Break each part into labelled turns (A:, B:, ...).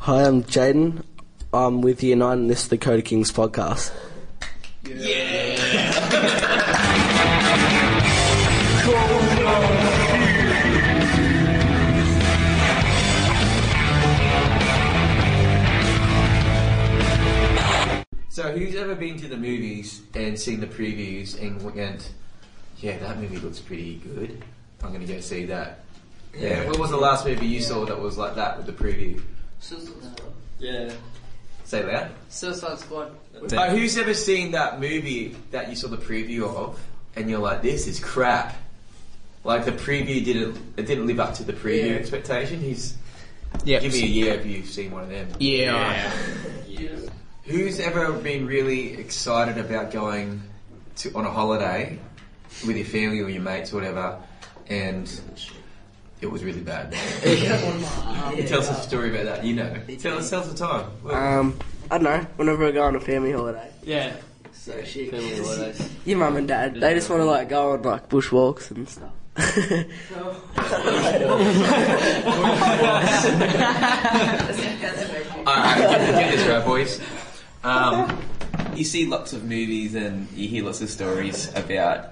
A: Hi, I'm Jaden. I'm with Year 9 and this is the Coda Kings podcast.
B: So, who's ever been to the movies and seen the previews and went, yeah, that movie looks pretty good. I'm going to go see that. Yeah. What was the last movie you saw that was like that with the preview?
C: Suicide Squad.
D: Yeah.
B: Say loud.
C: Suicide Squad.
B: But who's ever seen that movie that you saw the preview of and you're like, this is crap? Like the preview didn't it didn't live up to the preview
D: Yeah.
B: expectation. Who's
E: Yeah.
B: give me a year if you've seen one of them.
E: yeah.
B: Who's ever been really excited about going to, on a holiday with your family or your mates or whatever, and it was really bad? Tell us a story about that. You know. Tell us. Tell us the time. Well,
A: Um, I don't know, whenever we go on a family holiday,
D: Yeah.
A: so
D: Family holidays.
A: your mum and dad, they just want to like go on like bush walks and stuff.
B: all right, get, get this right, boys.
E: Um, you see lots of movies and you hear lots of stories about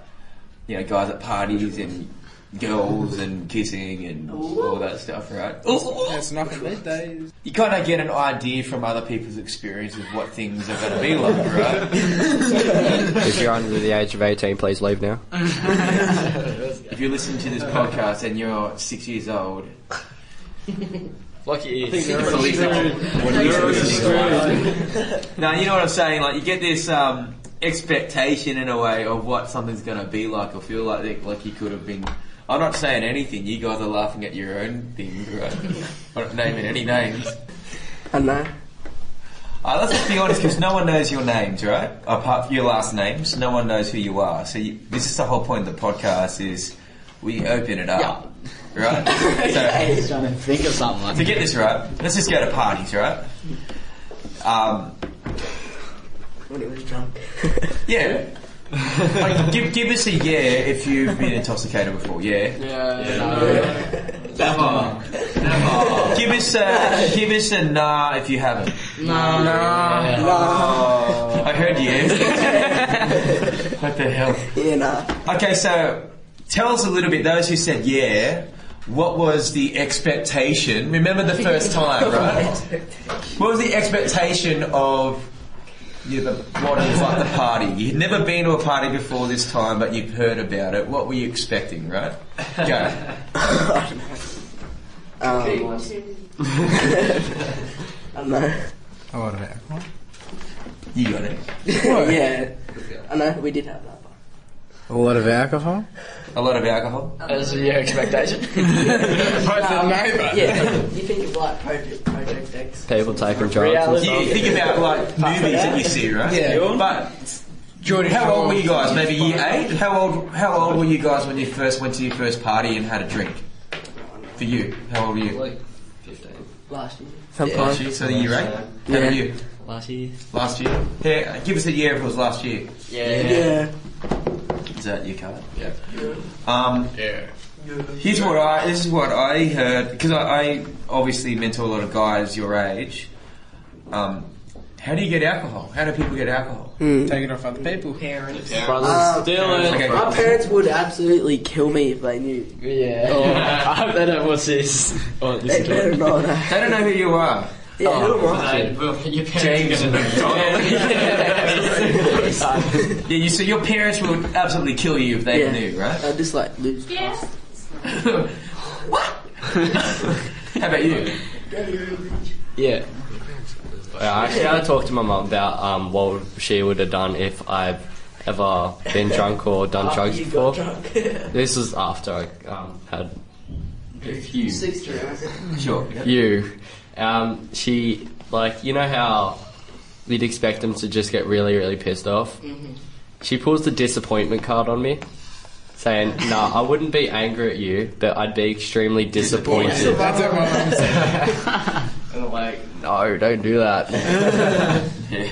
E: you know guys at parties and girls and kissing and all that stuff, right?
F: It's nothing these days.
E: You kind of get an idea from other people's experiences of what things are going to be like, right?
G: If you're under the age of 18, please leave now.
E: if you listen to this podcast and you're six years old. Like it is. It's illegal. No, you know what I'm saying. Like you get this um, expectation in a way of what something's going to be like or feel like. That, like you could have been. I'm not saying anything. You guys are laughing at your own thing, right? I'm not naming any names.
A: I don't know.
E: Uh, let's just be honest, because no one knows your names, right? Apart from your last names, no one knows who you are. So you, this is the whole point of the podcast: is we open it up, right? So,
D: He's trying to think of something like
E: to get this right, let's just go to parties, right? Um,
A: When he was drunk.
E: yeah. Like, give, give us a yeah if you've been intoxicated before. Yeah.
B: Never.
E: Give us a give us a nah if you haven't.
A: No,
E: Oh, I heard you. what the hell?
A: Yeah, nah.
E: Okay, so tell us a little bit. Those who said yeah, what was the expectation? Remember the first time, right? what was the expectation of you know, the, what it was like the party? You'd never been to a party before this time, but you've heard about it. What were you expecting, right? Go.
A: Um, I don't know.
F: Oh, what about alcohol?
E: You got it.
A: yeah, I know, we did have that one.
F: A lot of alcohol?
E: A lot of alcohol.
D: As your expectation.
A: Yeah, you think of like Project, project X.
G: People taking jobs.
D: Reality.
E: You you think about like movies that you see, right?
F: Yeah.
E: But Jordan, how old were you guys? Maybe year eight. How old? How old were you guys when you first went to your first party and had a drink? For you, how old were you?
D: like 15.
A: Last year.
E: Last
A: Sometimes.
E: year, so the year eight. How
A: Yeah.
E: about you?
D: Last year.
E: Last year. Yeah, give us a year if it was last year.
D: Yeah.
A: Yeah.
E: Is that your card?
D: Yeah.
E: Um,
D: Yeah.
E: Here's what I. This is what I heard because I, I obviously mentor a lot of guys your age. Um, how do you get alcohol? How do people get alcohol?
F: Take it off other people.
D: Parents.
A: Um,
D: Dylan.
E: Okay.
A: My parents would absolutely kill me if they knew.
D: Yeah. I hope they don't watch this.
F: Oh,
D: Or
A: They
D: listen to
A: better
D: it.
A: not. know.
E: They don't know who you are.
A: Yeah,
D: Oh,
A: who am I?
D: your parents
E: James
D: are gonna
E: McDonald. Yeah, you so your parents would absolutely kill you if they
A: Yeah.
E: knew, right?
A: I just like lose.
E: How about you?
D: Yeah.
G: I actually had to talk to my mum about um, what she would have done if I've ever been drunk or done drugs
A: you
G: before.
A: got drunk.
G: This was after I um, had
E: If you
A: Six drinks.
E: sure.
G: you. Um, she, like, you know how you'd expect them to just get really, really pissed off? She pulls the disappointment card on me. Saying, no, I wouldn't be angry at you, but I'd be extremely disappointed.
F: That's what my mum said.
G: And I'm like, no, don't do that.
E: Yeah.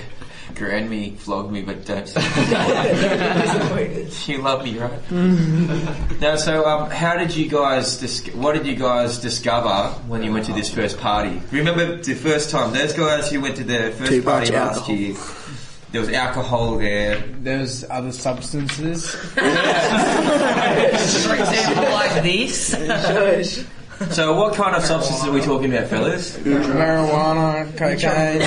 E: Granny flogged me, but don't.
C: Disappointed.
E: she loved me, right? no. So, um, how did you guys? Dis- what did you guys discover when you went to this first party? Remember the first time? Those guys who went to their first
A: Too
E: party
A: much
E: last
A: alcohol.
E: year. There was alcohol there.
F: There's other substances.
C: For example, like this.
E: So, what kind of substances are we talking about, fellas?
F: Marijuana, cocaine.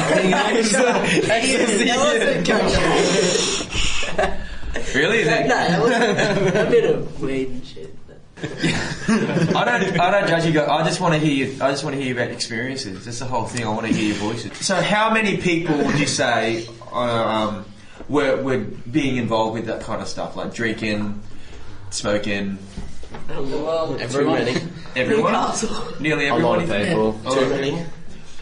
E: Really? Is
C: No,
E: that-
C: that was a bit of weed and shit. but-
E: I don't. I don't judge you. Guys. I just want to hear. You, I just want to hear about experiences. That's the whole thing. I want to hear your voices. So, how many people would you say on a, um, were were being involved with that kind of stuff, like drinking, smoking?
C: Well,
G: Everyone.
E: Everyone,
C: Newcastle.
E: nearly
G: A
E: everyone.
G: lot of people.
E: A lot of people.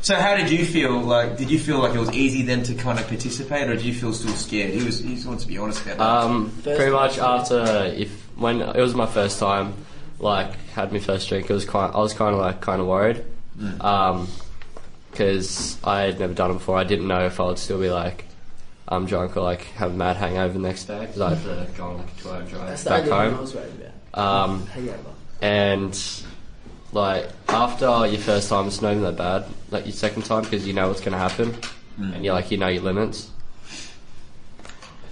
E: So, how did you feel? Like, did you feel like it was easy then to kind of participate, or did you feel still scared? He was. He just wants to be honest about that.
G: Um,
C: First
G: pretty much
C: time.
G: after if when it was my first time, like had my first drink, it was kind. I was kind of like kind of worried, Um 'cause because I had never done it before. I didn't know if I would still be like. I'm drunk or like have a mad hangover the next day because I had to go on like a two hour drive
C: That's the
G: back
C: only one I
G: home.
C: was worried about.
G: Um,
C: Hangover.
G: and like after your first time, it's not even that bad. Like your second time, because you know what's gonna happen, and you like you know your limits.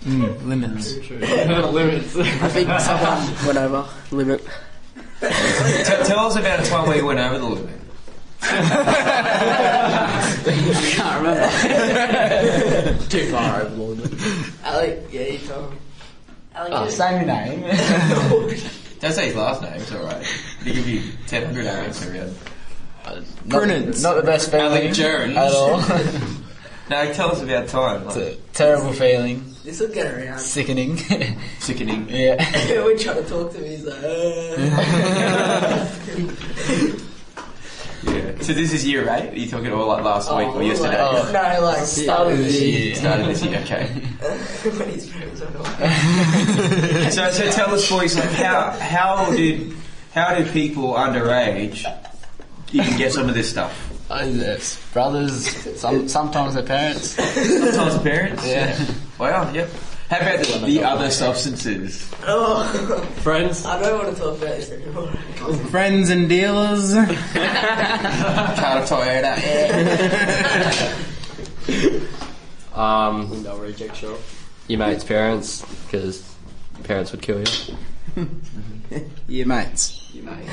F: Mm, lemons.
A: I think someone went over limit.
E: T- tell us about a time where you went over the limit.
A: Can't remember. Too far overboard.
C: Alec, yeah, you tell him. Alec,
G: Oh,
C: yeah.
F: Same name.
E: Don't say his last name. It's all right. He give you ten hundred hours around.
H: Not,
F: Brunens.
H: not the best feeling
E: Alec Jones.
H: at all.
E: No, tell us about time.
H: it's
E: Like,
H: a terrible feeling,
C: This will get around.
H: sickening.
E: sickening.
H: yeah.
C: We're trying to talk to him, he's like, uh.
E: Yeah. So this is year eight. Are you talking all like last week or yesterday?
H: Oh.
C: no, like, start of the year.
H: Yeah.
E: Started this year. Okay.
C: when his friends are not.
E: So, so tell us, boys, like how how did how do people underage even get some of this stuff?
H: Oh, yes. Brothers, some, sometimes their parents.
E: Sometimes parents.
H: Yeah.
E: Wow. Yep. How about the, the other substances?
C: Oh,
G: Friends,
C: I don't want to talk about this anymore.
F: Friends and dealers.
E: Car of Toyota.
G: um,
I: No reject shop.
G: your mate's parents, because parents would kill you.
F: Your mates.
I: You mate.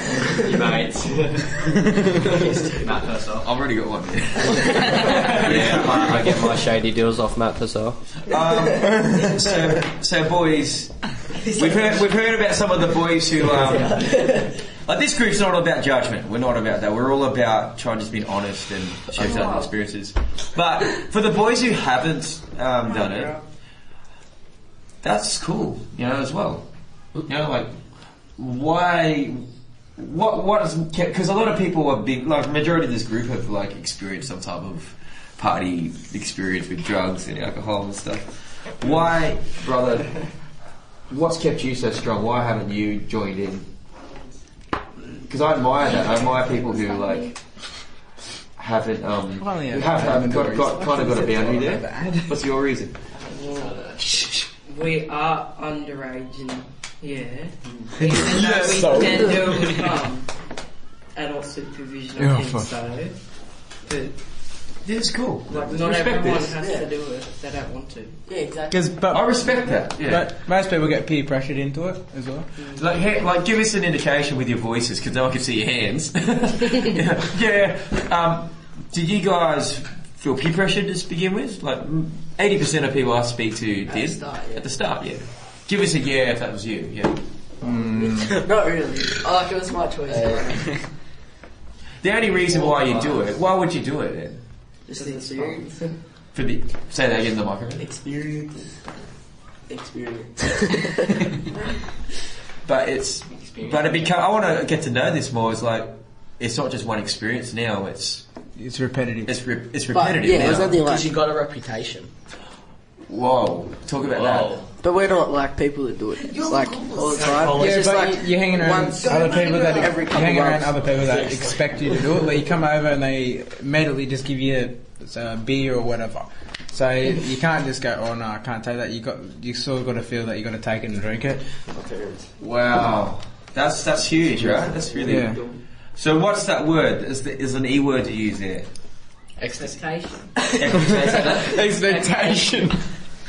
I: You mates. Matt first off.
E: I've already got one.
G: I, I get my shady deals off Matt Purcell.
E: Um, so, so boys, we've heard, we've heard about some of the boys who. Um, like this group's not all about judgment. We're not about that. We're all about trying to just be honest and share our experiences. But for the boys who haven't um, done it, that's cool, you know, as well. You know, like why? What? What is? Because a lot of people have been like majority of this group have like experienced some type of party experience with drugs and alcohol and stuff. Why, brother? What's kept you so strong? Why haven't you joined in? Because I admire that. I admire people who like haven't um
F: Well, yeah,
E: who have, have got,
F: boundaries.
E: got kind of got a boundary there. What's your reason?
J: We are underage, and yeah. Even though we can do it with um, adult supervision, I
F: Yeah,
J: think
F: fuck.
J: so. But
E: Yeah, it's cool.
J: like, not
E: Respect
J: everyone
E: this.
J: has
C: Yeah.
J: to do it if they don't want to.
C: Yeah, exactly.
F: Because but,
E: I respect that. Yeah.
F: but most people get peer pressured into it as well.
E: Like, hey, like, give us an indication with your voices, because no one can see your hands. yeah. Um, did you guys feel peer pressure to begin with? Like, eighty percent of people I speak to did
C: start, yeah.
E: at the start. Yeah. Give us a yeah if that was you. Yeah.
C: not really.
A: Oh,
C: I like it was my choice.
J: Uh,
E: The only reason why you do it, why would you do it then?
C: Just the experience.
E: For the say that again in the microphone.
C: Experience. Experience.
E: But it's but it become. I want to get to know this more. It's like it's not just one experience now. It's
F: It's repetitive.
E: it's re- it's
A: But
E: repetitive
A: yeah, there's
E: now.
A: nothing like.
H: Because you got a reputation.
E: Whoa, talk about that.
A: But we're not like people that do it like all the time.
F: yeah,
A: it's just
F: but
A: like
F: you- you're hanging around
A: once-
F: other people that
A: Every
F: you
A: couple
F: hang around
A: months.
F: other people that expect you to do it. Like you come over and they immediately just give you a, a uh, beer or whatever. So you can't just go, oh no, I can't take that. You got, you sort of got to feel that you got to take it and drink it.
E: Wow, that's that's huge, right? That's really.
F: Yeah.
E: So what's that word? Is the, is an e word to use there?
K: Expectation.
F: Expectation.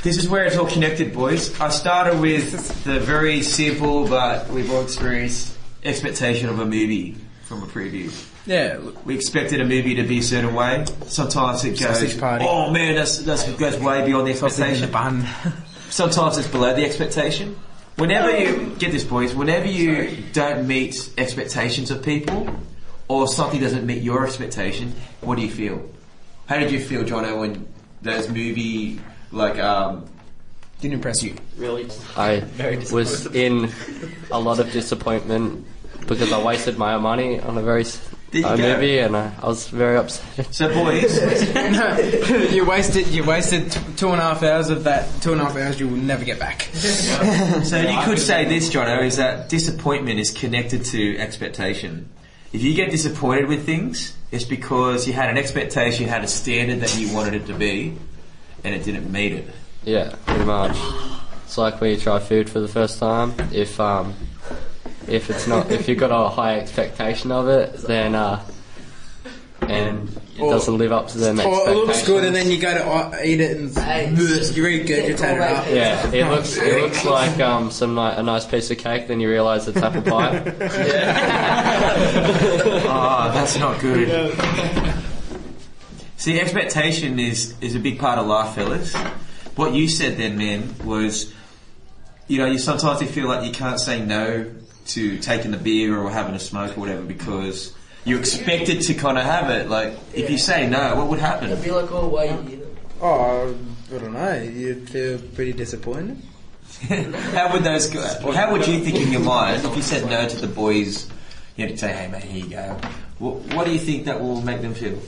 E: This is where it's all connected, boys. I started with the very simple, but we've all experienced expectation of a movie from a preview.
F: Yeah.
E: We expected a movie to be a certain way. Sometimes it goes,
F: Sausage party.
E: oh man, that's, that's goes way beyond the
F: In the
E: expectation.
F: bun.
E: Sometimes it's below the expectation. Whenever you get this, boys, whenever you don't meet expectations of people, or something doesn't meet your expectation, what do you feel? How did you feel, Jono, when those movie like um,
F: Didn't impress you.
D: Really?
G: I was in a lot of disappointment because I wasted my money on a very s-
E: There you
G: a
E: go.
G: movie, and I, I was very upset.
E: so boys?
F: no, you wasted you wasted t- two and a half hours of that two and a half hours you will never get back.
E: So you could say this, Jono, is that disappointment is connected to expectation. If you get disappointed with things, it's because you had an expectation, you had a standard that you wanted it to be, and it didn't meet it.
G: Yeah, pretty much. It's like when you try food for the first time. If um, if it's not, if you've got a high expectation of it, then uh, and it
F: Or-
G: doesn't live up to them
F: Or it
G: expectations.
F: looks good and then you go to uh, eat it and
K: Hey.
F: it's- you regurgitate it up.
G: Yeah, it looks it looks like um some ni- a nice piece of cake. Then you realise it's apple pie.
E: Ah, that's not good. See, expectation is, is a big part of life, fellas. What you said then, man, was, you know, you sometimes you feel like you can't say no to taking the beer or having a smoke or whatever because you're expected to kind of have it. Like, if you say no, what would happen?
K: It'd be like, oh, wait, you know.
F: Oh, I don't know. You'd feel pretty disappointed.
E: How would those go? Or how would you think in your mind if you said no to the boys? You had to say, "Hey, mate, here you go." What, what do you think that will make them feel?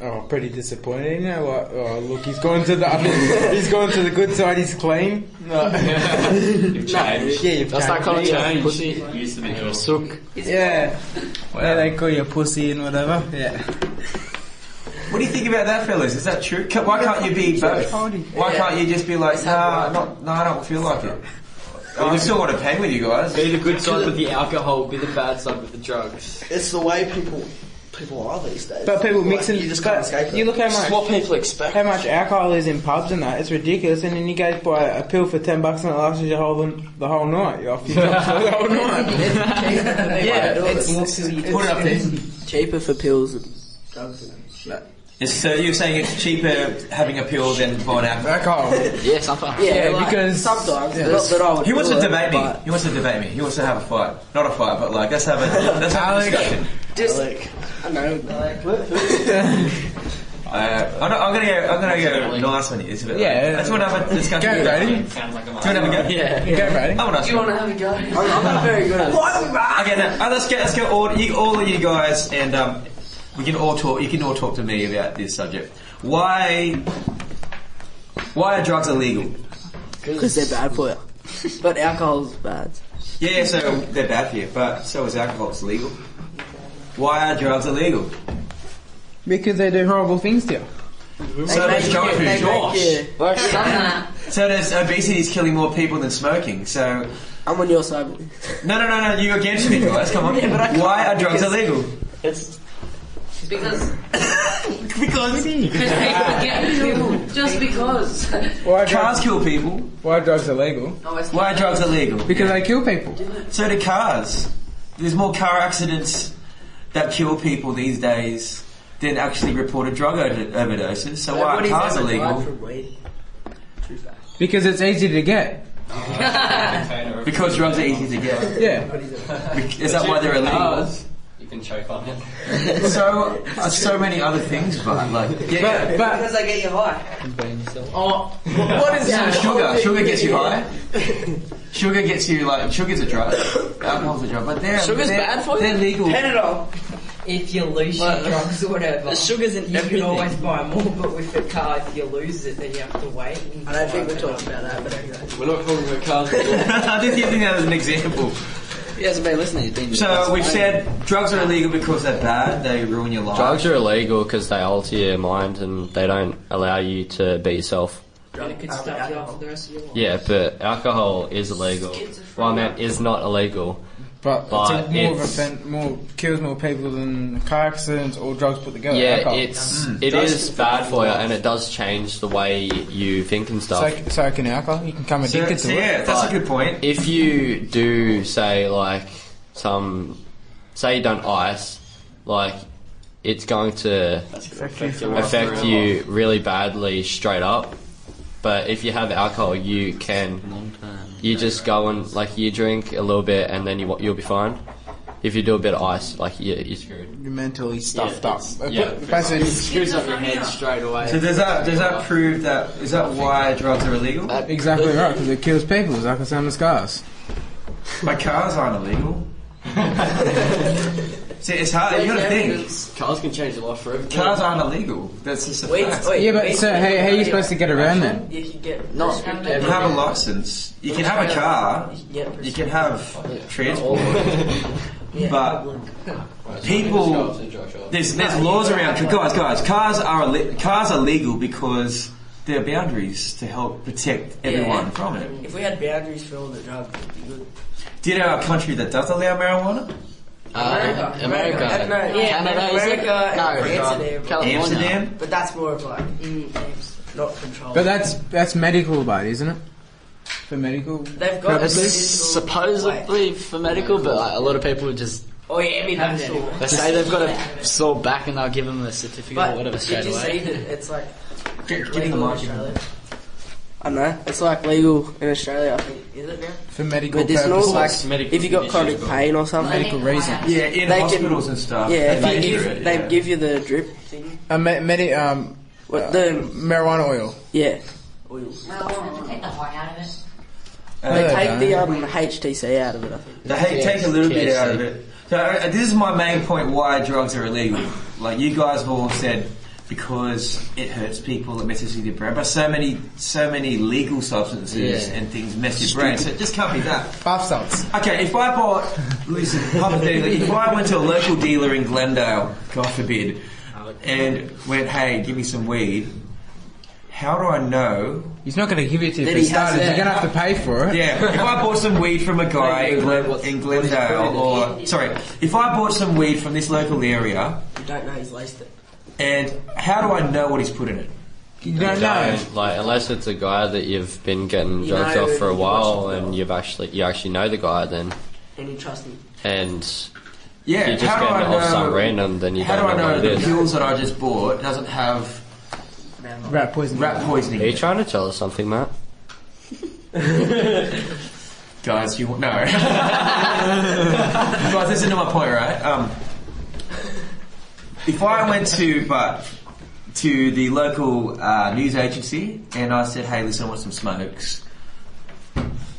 F: Oh, pretty disappointed. You know what? Oh, look, he's gone to the other, he's gone to the good side. He's clean. No.
D: You've changed.
F: Yeah, you've
G: That's that kind of
D: Changed.
G: pussy.
D: You used to be your
G: Sook.
F: Yeah.
E: um,
F: Yeah, they call you a pussy and whatever. Yeah.
E: What do you think about that, fellas? Is that true? Ca- Why can't you be both? Why can't you just be like, "Nah, not, no, I don't feel like it." I still want to hang with you guys.
D: Be the good side with the alcohol, be the bad side with the drugs.
C: It's the way people people are these days.
F: But people
C: Like,
F: mixing.
C: You just
F: but
C: can't escape
F: You
C: it.
F: look how
C: It's
F: much
C: what people expect.
F: how much alcohol is in pubs and that. It's ridiculous. And then you go buy a pill for ten bucks and it lasts you the whole the whole night. You're off your drugs for the whole night.
C: Yeah,
F: it's- Put it up there.
K: cheaper for pills and drugs.
E: So you're saying it's cheaper having a pill than buying alcohol?
F: Alcohol.
L: Yeah, sometimes.
K: Yeah,
F: Yeah,
K: like,
F: because-
K: sometimes not that I would
E: He wants
K: do
E: to
K: it,
E: debate me.
K: but
E: He wants to debate me. He wants to have a fight. Not a fight, but like let's have a let's have a discussion.
K: Just
C: Like, I know.
E: Uh, I'm, not, I'm gonna go. I'm gonna go nice on you, Isabel.
F: Yeah.
E: I just want to have a discussion.
F: Go,
E: with you.
F: Brady.
D: Sounds like a
E: Do you want to have a go?
G: Yeah.
F: Go, Brady.
E: I want to ask
K: you
E: you.
K: want to have a go? I'm, I'm not very good at it.
E: Okay, now, uh, let's get let's get all you, all of you guys, and um, we can all talk. You can all talk to me about this subject. Why? Why are drugs illegal?
K: Because they're bad for you. But alcohol's bad.
E: Yeah, so they're bad for you, but so is alcohol. It's legal. Why are drugs illegal?
F: Because they do horrible things to you.
E: So does junk food. Gosh.
K: you. I'm,
E: So does obesity is killing more people than smoking. So
K: I'm on your side.
E: no, no, no, no. You against me, guys? Come on. Why are drugs illegal?
M: Because. because people get killed just because.
F: Why drugs?
E: Cars kill people.
F: Why drugs illegal?
M: Oh, it's
E: Why are drugs illegal?
F: Because they kill people.
E: So do cars. There's more car accidents that kill people these days than actually reported drug o- overdoses. So why are
K: Nobody's
E: cars
K: ever died
E: illegal?
K: from weed.
F: Because it's easy to get.
D: container.
E: Because drugs are easy to get.
F: Yeah.
E: Bec- Is that why they're illegal?
G: You can choke on it.
E: So uh, so many other things, but like yeah.
F: But but
K: Because I get you high.
E: Oh, what is sugar? Sugar gets you high. Sugar gets you like sugar's a drug. Alcohol's a drug, but they're
K: Sugar's
E: they're,
K: bad for you?
E: They're legal.
M: If you lose your drugs or whatever, the
K: sugar's in
M: you
K: everything.
M: can always buy more. But with the car, if you lose it, then you have to wait. And
K: I don't think we're talking about that, but okay.
D: We're not calling it cars.
E: I just giving that as an example.
L: He hasn't been listening. He's been
E: So we've said drugs are illegal because they're bad. They ruin your life.
G: Drugs are illegal because they alter your mind and they don't allow you to be yourself.
K: It could stuff you up for the rest of your life.
G: Yeah, but alcohol is illegal. Well, I meant is not illegal.
F: But,
G: But
F: it's a- more of a
G: it's-
F: offend, more kills more people than car accidents or drugs put together.
G: Yeah,
F: alcohol.
G: it's Mm. it is bad for you, and it does change the way you think and stuff.
F: so, so can alcohol. You can come
E: So,
F: addicted
E: so
F: to it.
E: yeah, that's a good point.
G: if you do say like some say you don't ice like it's going to affect you really badly straight up but if you have alcohol you can you just go and like you drink a little bit and then you you'll be fine if you do a bit of ice like you, you're screwed
F: You're mentally stuffed up.
G: yeah.
F: Basically,
D: Screws up your head straight away.
E: So does that does that prove that is that why drugs are illegal?
F: exactly right because it kills people. It's like a same as cars.
E: But cars aren't illegal. See, it's hard. You gotta think.
D: Cars can change your life forever.
E: Cars aren't illegal. That's just a
M: Wait,
E: fact.
M: wait,
F: Yeah, but
M: wait,
F: so
M: wait,
F: how, how are you
M: wait,
F: supposed to
M: wait.
F: get around then?
M: You can get
L: No.
M: prescription.
E: You can have a license. You can have a car.
M: You can get
E: You
M: prescription.
E: can have transport. But people, there's there's laws around. Guys, guys, cars are illi- cars are legal because there are boundaries to help protect everyone from it.
M: If we had boundaries for all the drugs, it'd be good.
E: Do you know a country that does allow marijuana?
L: Uh, America.
M: I don't know. Yeah,
L: Canada, is it?
M: America,
L: No,
M: Amsterdam.
C: Oh,
L: California.
E: Amsterdam.
M: But that's more of like mm, not controlled.
F: But that's that's medical, but isn't it? For medical.
M: They've got
L: It's
M: medical-
L: supposedly for medical, but like, a lot of people just
M: Oh yeah, I mean that's all.
L: they say they've got a sore back and they'll give them a certificate
M: But
L: or whatever
M: did
L: straight
M: you see
L: away.
M: that it's like
E: Get, get in the
M: legal in
E: mic.
M: Australia?
C: I don't know. It's like legal in Australia. I think.
M: Is it now?
F: For medical
C: Medicinal,
F: purposes.
C: like
G: Medical
C: if you got chronic
G: conditions,
C: pain or something.
F: medical reason.
E: Yeah, in
C: They can-
E: hospitals and stuff.
C: Yeah,
E: they
C: they
E: do
C: give,
E: it,
C: they
E: yeah.
C: give you the drip.
F: A me- medi- um,
C: What,
F: uh,
C: the
F: marijuana oil.
C: yeah.
E: Uh,
F: Yeah,
C: Take the
F: don't.
C: um, HTC out of it. I think.
E: They ha- take a little bit out of it. So uh, this is my main point why drugs are illegal. Like you guys have all said, because it hurts people, it messes with your brain. But so many, so many legal substances
L: Yeah.
E: and things mess your brain. So it just can't be that.
F: bath salts.
E: Okay, if I bought, listen, hypothetically, if I went to a local dealer in Glendale, God forbid, and went, hey, give me some weed. How do I know
F: He's not going to give it to you
C: Then
F: for
C: he has
F: starters.
C: that.
F: You're going to have to pay for it.
E: Yeah, if I bought some weed from a guy in, Glen, in Glendale, or sorry, if I bought some weed from this local area,
M: You don't know he's laced it.
E: and how do I know what he's put in it?
F: You don't know.
G: Don't, like unless it's a guy that you've been getting
M: You
G: drugs
M: know
G: off for a
M: you
G: while
M: watch him.
G: and you've actually you actually know the guy then
M: And you trust him.
G: and
E: Yeah,
G: You're just
E: how do I
G: getting it
E: know?
G: off some random, then you
E: how
G: don't
E: do I
G: know
E: know
G: what it
E: the
G: is.
E: pills that I just bought doesn't have
F: Rat poison.
E: rat poisoning?
G: Are
E: in
G: you
E: it?
G: trying to tell us something, Matt?
E: Guys, you want no? Guys, listen to my point, right? Um, if I went to but to the local uh, news agency and I said, "Hey, listen, I want some smokes,"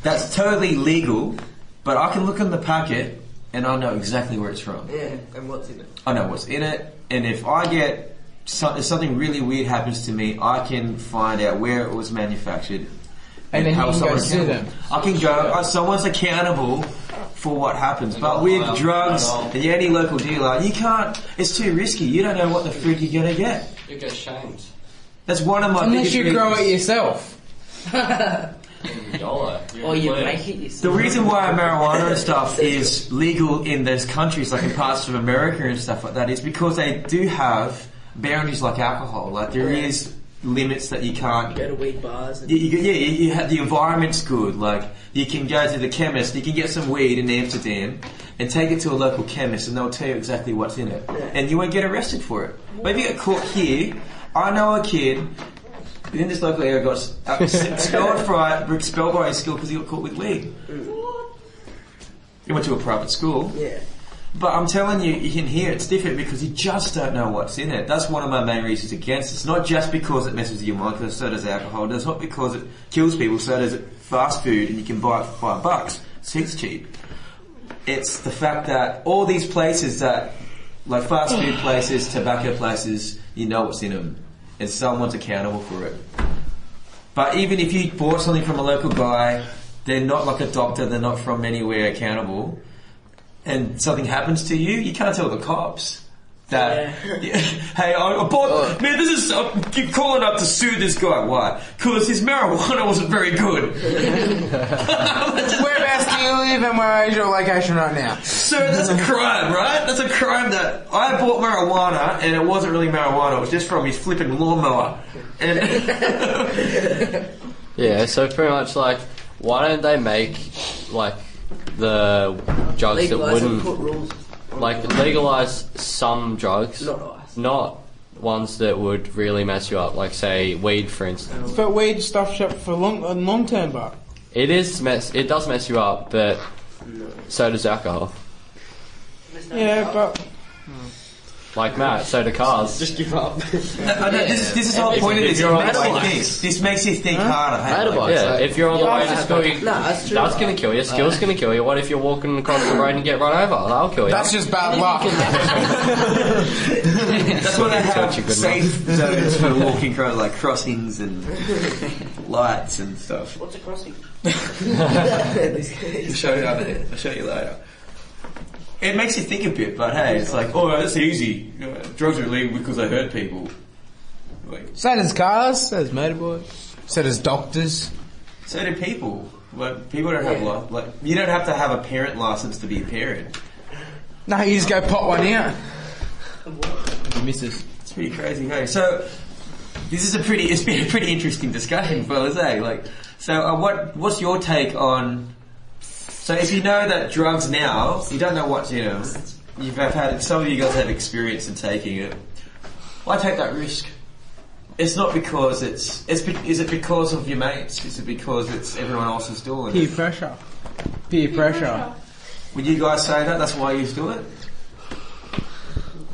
E: that's totally legal, but I can look in the packet and I know exactly where it's from.
M: Yeah, and what's in it?
E: I know what's in it, and if I get so, if something really weird happens to me, I can find out where it was manufactured
F: And then you
E: hold
F: can go
E: someone
F: sue them.
E: accountable. I can go. uh, someone's accountable for what happens, but with drugs and any local dealer, you can't. It's too risky. You don't know what the freak you're gonna get.
G: You get shamed.
E: That's one of my
F: Unless
E: biggest
F: you
E: fears.
F: grow it yourself.
G: Dollar.
C: Oh,
M: Or you make it yourself.
E: The reason why marijuana and stuff is legal in those countries, like in parts of America and stuff like that, is because they do have boundaries like alcohol. Like there is limits that you can't
M: Go to weed bars and
E: You, you, yeah, you, you have, the environment's good. Like you can go to the chemist, you can get some weed in Amsterdam, and take it to a local chemist, and they'll tell you exactly what's in it, and you won't get arrested for it. But if you get caught here, I know a kid in this local area got s- uh, s- expelled for expelled by his school because he got caught with weed. He went to a private school.
M: yeah.
E: But I'm telling you, in here it's different because you just don't know what's in it. That's one of my main reasons against it. It's not just because it messes with your mind, because so does alcohol. It's not because it kills people, so does it fast food and you can buy it for five bucks. It's cheap. It's the fact that all these places that, like fast food places, tobacco places, you know what's in them. And someone's accountable for it. But even if you bought something from a local guy, they're not like a doctor, they're not from anywhere accountable. and something happens to you, you can't tell the cops. That hey, I, I bought man. This is I keep calling up to sue this guy. Why? Because his marijuana wasn't very good.
F: Whereabouts do you live and where is your location right now?
E: So that's a crime, right? That's a crime that I bought marijuana and it wasn't really marijuana. It was just from his flipping lawnmower. And
G: Yeah, so pretty much like, why don't they make like the drugs
M: Legalize
G: that
M: and put
G: wouldn't
M: rules.
G: like legalize some drugs,
M: Not us.
G: not ones that would really mess you up, like say weed, for instance.
F: But weed stuff shop for long uh, long term, but
G: It is mess. It does mess you up, but so does alcohol.
F: yeah, but
G: Like Matt, so do cars.
A: Just give up.
E: I know, this, this is the whole point of this. It makes you think. This makes you think harder. Hey?
L: Motorbikes.
G: yeah,
L: like-
G: if you're on the way to school, you,
M: Nah, that's true.
G: that's gonna kill you. Skill's gonna kill you. What if you're walking across the road and get run over? That'll kill you.
F: that's just bad luck.
E: That's why they
G: Don't you
E: have
G: good
E: safe zones for walking across, like crossings and lights and stuff.
M: What's a crossing?
E: I'll show you over there. I'll show you later. It makes you think a bit, but hey, it's like, oh, that's easy. You know, Drugs are illegal because they hurt people. Like,
F: so does cars, so does motorboys, so does doctors.
E: so do people. Like, people don't have li- like you don't have to have a parent license to be a parent.
F: No, you just go pop one out.
E: It's pretty crazy, hey. So this is a pretty it's been a pretty interesting discussion, fellas, eh? Like so uh, what what's your take on so if you know that drugs now you don't know what you know you've have had some of you guys have experience in taking it. Why take that risk? It's not because it's it's be, is it because of your mates? Is it because it's everyone else is doing
F: Peer
E: it?
F: pressure. Peer pressure.
E: Would you guys say that? That's why you do it?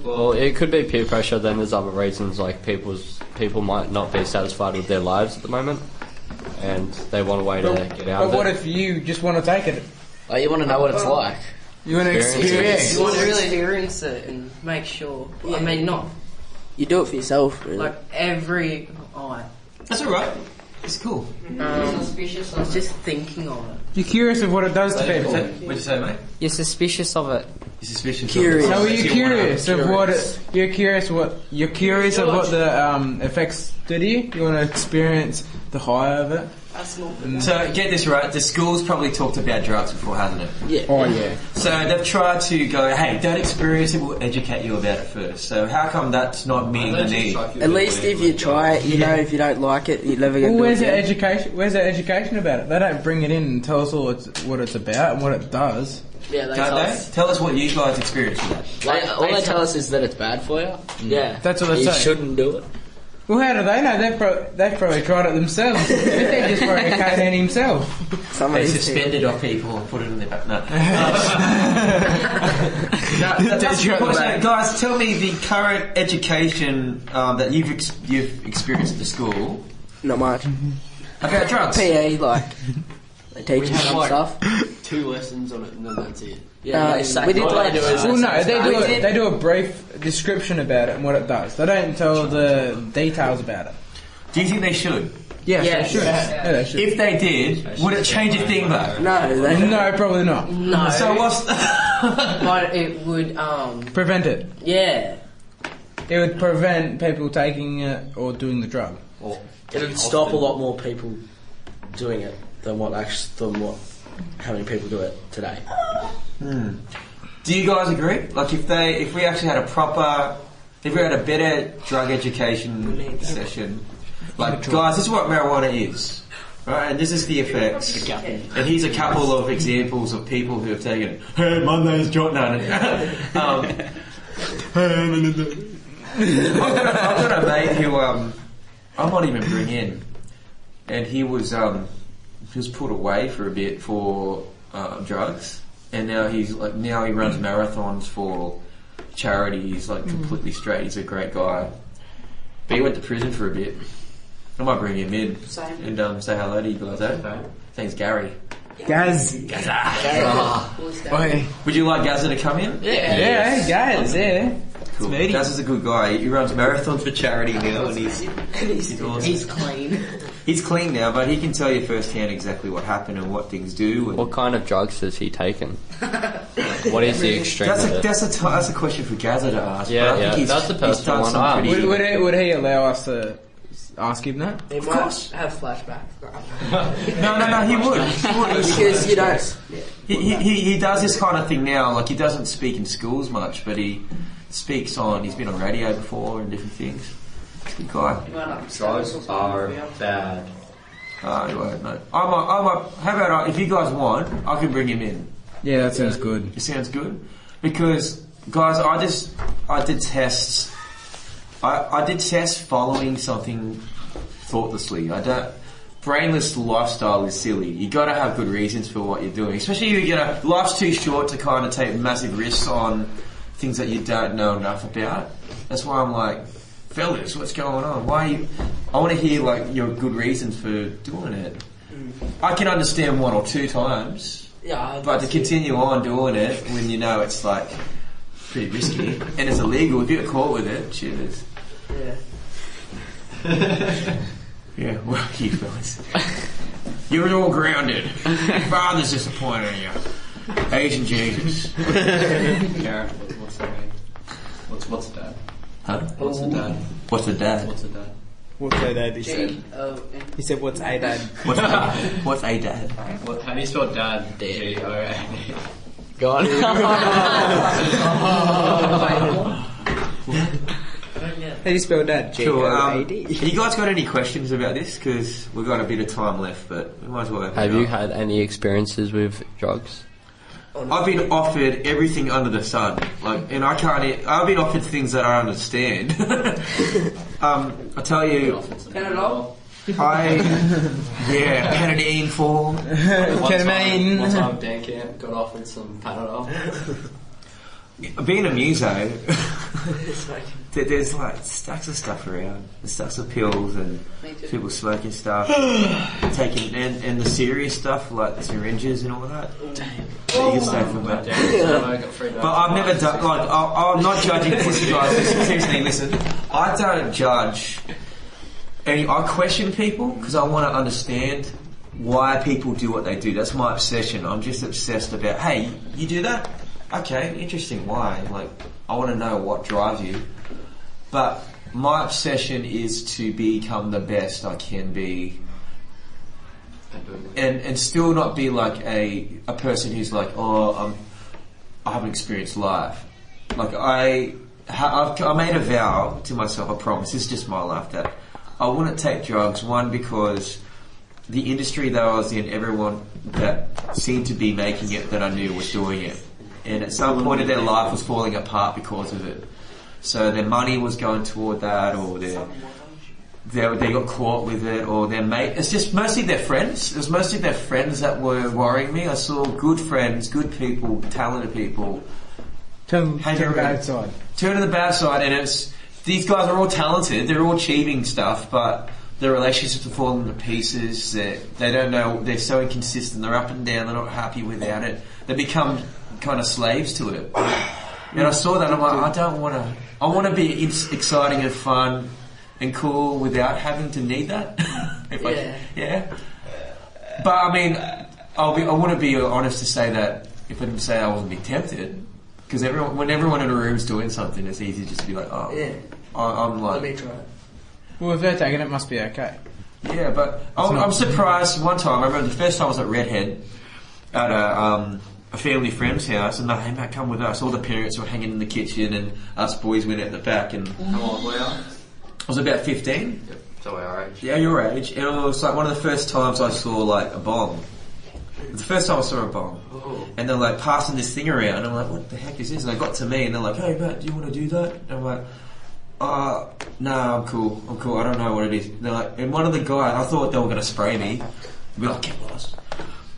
G: Well, it could be peer pressure. Then there's other reasons, like people's people might not be satisfied with their lives at the moment, and they want a way to
F: But,
G: get out
F: but
G: of
F: what
G: it.
F: if you just want to take it?
L: Like, you want to know what it's like.
F: You want to
G: Experience it.
F: experience.
K: You want to really experience it and make sure. I mean, not
C: You do it for yourself, really.
K: like every. Oh, I-
E: That's alright. It's cool.
M: Suspicious.
K: I was just thinking on it.
F: You're curious of what it does to people.
E: What'd you say, mate?
N: You're suspicious of it.
E: You're suspicious.
C: Curious.
F: So
E: So
F: are you curious of what it, you're curious what you're curious of what the um, effects did you? You want to experience the high of it?
M: Us more.
E: So get this right. The school's probably talked about drugs before, hasn't it?
F: Oh yeah.
E: So they've tried to go, hey, don't experience it. We'll educate you about it first. So how come that's not meeting the need?
C: At least if you try it, you know if you don't like it, you're never
F: Well,
C: going
F: where's
C: to
F: the
C: do it. again.
F: education? Where's the education about it? They don't bring it in and tell us all it's, what it's about and what it does.
C: Yeah, they
E: Don't they? Tell us what you guys experienced with that.
L: Like, all they tell us is that it's bad for you.
C: Yeah.
F: That's what they
C: You
F: say.
C: shouldn't do it.
F: Well, how do they know? They've, pro- they've probably tried it themselves. they just wrote a code in himself.
C: Someone
E: They
C: needs to-
E: suspended off people and put it in their back. No. No, that- that's the
F: Teacher at the
E: question.
F: back.
E: Guys, tell me the current education um, that you've ex- you've experienced at the school Mm-hmm.
C: Not much.
E: about drugs.
C: PE, like, they teach you some
L: like-
C: stuff.
L: Two lessons on it, and then that's it.
C: No, we did like,
F: Well, no, they do, a, they do a brief description about it and what it does. They don't tell the details about it.
E: Do you think they should?
F: Yes,
C: Yes.
F: they should. Yeah, they should.
E: If they did, would it change a thing though?
C: no, they
F: no, probably not.
K: No,
E: So what's
K: but it would. Um,
F: Prevent it.
K: yeah.
F: It would prevent people taking it or doing the drug.
A: It would stop a lot more people doing it than what actually than what how many people do it today.
E: Do you guys agree? Like, if they, if we actually had a proper, if we had a better drug education session, like, guys, this is what marijuana is, right? And this is the effects. And here's a couple of examples of people who have taken it. Hey, my name's John. No, no, no. um, hey, no, no, no. I've got a- I've got a mate who um, I might even bring in, and he was um, he was put away for a bit for uh, drugs, and now he's like now he runs marathons for charity. He's like completely straight. He's a great guy, but he went to prison for a bit. I might bring him in
M: Same.
E: and um, say hello to you guys. Eh? Thanks, Gary.
F: Guys. Oi.
E: Would you like Gazza to come in? Yeah,
F: Yeah, guys, yeah.
E: cool.
F: Smitty.
E: Gazza's a good guy. He runs marathons for charity now, and he's he's awesome.
K: He's clean.
E: He's clean now, but he can tell you firsthand exactly what happened and what things do. And
G: What kind of drugs has he taken? What is the extreme?
E: That's
G: of
E: a
G: it?
E: that's a, t- that's a question for Gazza to ask.
G: Yeah,
E: but I
G: yeah,
E: Think he's,
G: that's a
E: he's
G: personal
E: done
G: one.
E: some
G: Ah.
E: pretty.
F: Would, would, he, would he allow us to ask him that?
C: He might have flashbacks.
E: no, no, no. He would. He would.
C: because you don't.
E: He, he, he- he does this kind of thing now. Like he doesn't speak in schools much, but he speaks on. He's been on radio before and different things. He's a Good guy.
D: Drugs are bad.
E: Oh, he won't, no. I'm a, I'm a, how about I, if you guys want, I can bring him in.
F: Yeah, that sounds good.
E: It sounds good because guys, I just I detest I, I detest following something thoughtlessly. I don't. Brainless lifestyle is silly. You got to have good reasons for what you're doing, especially if you know life's too short to kind of take massive risks on things that you don't know enough about. That's why I'm like, fellas, what's going on? Why? Are you, I want to hear like your good reasons for doing it. I can understand one or two times.
C: Yeah,
E: But to continue on doing it when you know it's like pretty risky and it's illegal, if you get caught with it, cheers.
C: yeah.
E: Yeah, well, you fellas. You're all grounded. Your father's disappointed in you. Asian Jesus.
D: Gareth, what, what's the name? What's what's the dad?
E: Huh?
D: What's the dad?
E: What's a dad?
D: What's the dad?
F: What's a dad? He said.
C: G O N.
F: He said, "What's a dad?"
E: What's a, what's a dad?
D: What, how do you spell dad? D O N E.
G: God.
C: Oh,
F: How do you spell dad? G
E: Cool.
F: O
E: Um,
F: A
E: have
F: D.
E: you guys got any questions about this? Because we've got a bit of time left, but we might as well. open
G: Have
E: it
G: you
E: up.
G: had any experiences with drugs?
E: I've been offered everything under the sun, like, and I can't. e- I've been offered things that I understand. um, I tell you,
C: Panadol.
E: I yeah, Panadine form.
D: One
F: Can
D: time-
F: I
D: One
F: mean-
D: time, Dan Camp got offered some Panadol.
E: Being a muso, there- there's like stacks of stuff around, there's stacks of pills and people smoking stuff, taking and, and the serious stuff like the syringes and all that. That you can stay for about. But I've never done. Like, I, I'm not judging pussy guys. Listen, seriously, listen. I don't judge. Any, I question people because I want to understand why people do what they do. That's my obsession. I'm just obsessed about. Hey, you do that? Okay, interesting. Why? Like, I want to know what drives you. But my obsession is to become the best I can be and and still not be like a a person who's like, oh, I'm, I haven't experienced life. Like I, ha- I've, I made a vow to myself, I promise. This is just my life that I wouldn't take drugs. One because the industry that I was in, everyone that seemed to be making it that I knew was doing it, and at some point in their life was falling apart because of it. So their money was going toward that, or their they, they got caught with it or their mate. It's just mostly their friends. It was mostly their friends that were worrying me. I saw good friends, good people, talented people
F: Turn,
E: Hang
F: turn
E: around.
F: bad side.
E: turn to the bad side and it's, these guys are all talented. They're all achieving stuff, but their relationships are falling to pieces. They're, they don't know. They're so inconsistent. They're up and down. They're not happy without it. They become kind of slaves to it. And I saw that. I'm like, I don't want to. I want to be ex- exciting and fun and cool without having to need that. if I, yeah. But I mean, I'll be, I want to be honest to say that if I didn't say I wasn't being tempted, because everyone, when everyone in a room's doing something, it's easy just to be like, oh,
C: Yeah.
E: I, I'm
C: Let me
E: like,
C: try it.
F: Well, if they're taking it, it must be okay.
E: yeah. But I'm,
F: not-
E: I'm surprised. One time, I remember the first time I was at Redhead at a, um, a family friend's house, and they hey, mate, come with us. All the parents were hanging in the kitchen, and us boys went out the back. And I
D: Come on, boy.
E: was about 15.
D: Yep, so we are.
E: Yeah, your age, and it was like one of the first times I saw like a bomb. It was the first time I saw a bomb,
D: Oh.
E: and they're like passing this thing around. And I'm like, what the heck is this? And they got to me, and they're like, hey, Matt, do you want to do that? And I'm like, uh, no, I'm cool. I'm cool. I don't know what it is. And they're like, and one of the guys, I thought they were gonna spray me. Be like, get lost.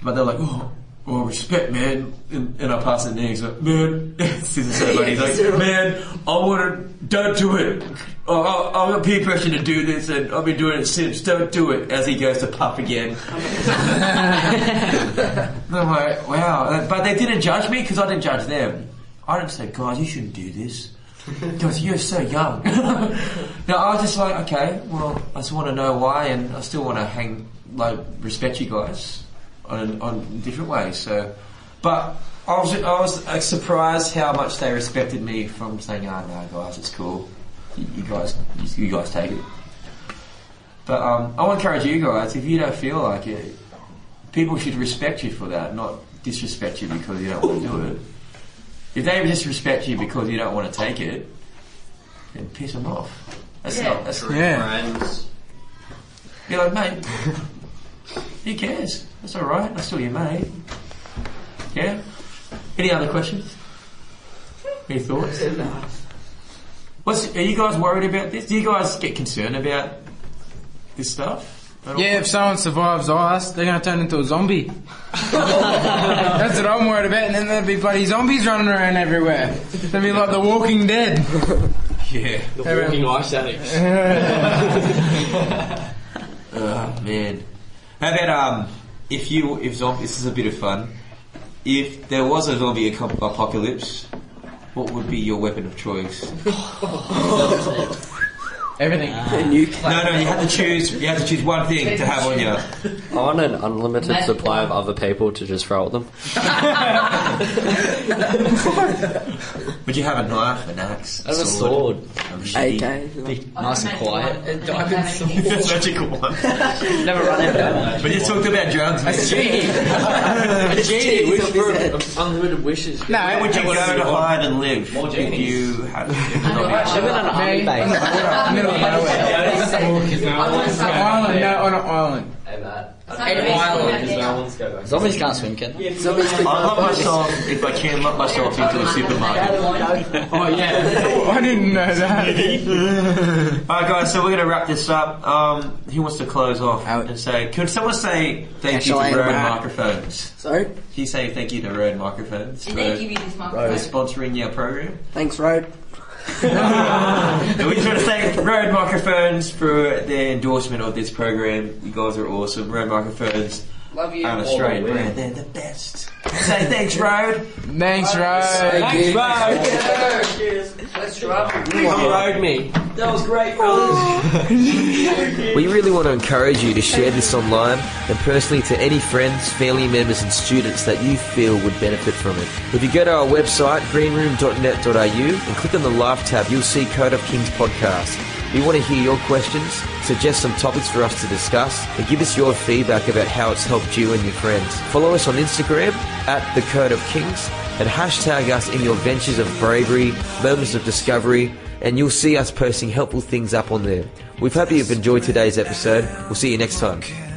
E: But they're like, oh. Oh, respect, man. And, and I pass it next. Like, man, scissors ceremony. He's like, man, I want to, don't do it. Oh, I, I'm a peer pressure to do this, and I've been doing it since. Don't do it. As he goes to puff again. And I'm like, wow. But they didn't judge me because I didn't judge them. I didn't say, guys, you shouldn't do this. Because you're so young. no, I was just like, okay, well, I just want to know why, and I still want to hang, like, respect you guys on, on different ways. So, but I was, I was uh, surprised how much they respected me from saying, "Ah, no, guys, it's cool. You, you guys, you, you guys take it." But um, I want to encourage you guys. If you don't feel like it, people should respect you for that, not disrespect you because you don't want to do it. If they disrespect you because you don't want to take it, then piss them off. That's
O: Yeah.
E: not. That's
F: Yeah.
E: You're like, mate. who cares? That's all right. That's still your mate. Yeah. Any other questions? Any thoughts? What's, are you guys worried about this? Do you guys get concerned about this stuff? at all?
F: Yeah, if someone survives us, they're gonna turn into a zombie. That's what I'm worried about, and then there'll be bloody zombies running around everywhere. They'll be like the Walking Dead.
P: Yeah.
A: The
F: Everyone-
A: walking ice addicts.
E: Oh man. How about um, if you if zombie, this is a bit of fun. If there was a zombie aco- apocalypse, what would be your weapon of choice?
F: Everything.
E: Ah. No, no, you had to choose. You had to choose one thing to have on you.
G: I want an unlimited supply of other people to just throw at them.
E: Would you have a knife, an axe,
G: I have a sword.
E: a machete?
C: Okay. like-
M: Nice and quiet.
O: A diamond sword.
E: That's such a good one.
A: Never run out of ammo.
E: But you talked about drugs. man.
A: A genie, wish for unlimited wishes.
E: Where
F: No,
E: would you go to hide and live
A: More
E: if you had if a zombie
A: Actually,
O: Live
A: on an
F: army middle of nowhere. Island, no, on an island.
M: Zombies can't swim, can they?
E: I love myself if I can lock myself into a supermarket.
A: Oh yeah.
F: I didn't know that.
E: Alright guys, so we're gonna wrap this up. Um, who wants to close off
C: Out.
E: and say could someone say thank
C: Shall I
E: you
C: end
E: to Rode
C: my-
E: Microphones?
C: Sorry.
E: Can you say thank you to Rode Microphones for,
O: And they give you this
E: for
O: microphone.
E: sponsoring your program?
C: Thanks, Road.
E: And we just want to thank Rode Microphones for their endorsement of this program. You guys are awesome. Rode Microphones
O: Love you.
E: are an Australian brand. They're the best. Say thanks, Rode.
F: Thanks, Rose.
C: Thank you.
O: Let's travel.
A: Unload me.
E: That was great, fellas.
N: We really want to encourage you to share this online and personally to any friends, family members, and students that you feel would benefit from it. If you go to our website, greenroom.net.au, and click on the Life tab, you'll see Code of Kings podcast. We want to hear your questions, suggest some topics for us to discuss, and give us your feedback about how it's helped you and your friends. Follow us on Instagram at the Code of Kings and hashtag us in your ventures of bravery, moments of discovery, and you'll see us posting helpful things up on there. We hope you've enjoyed today's episode. We'll see you next time.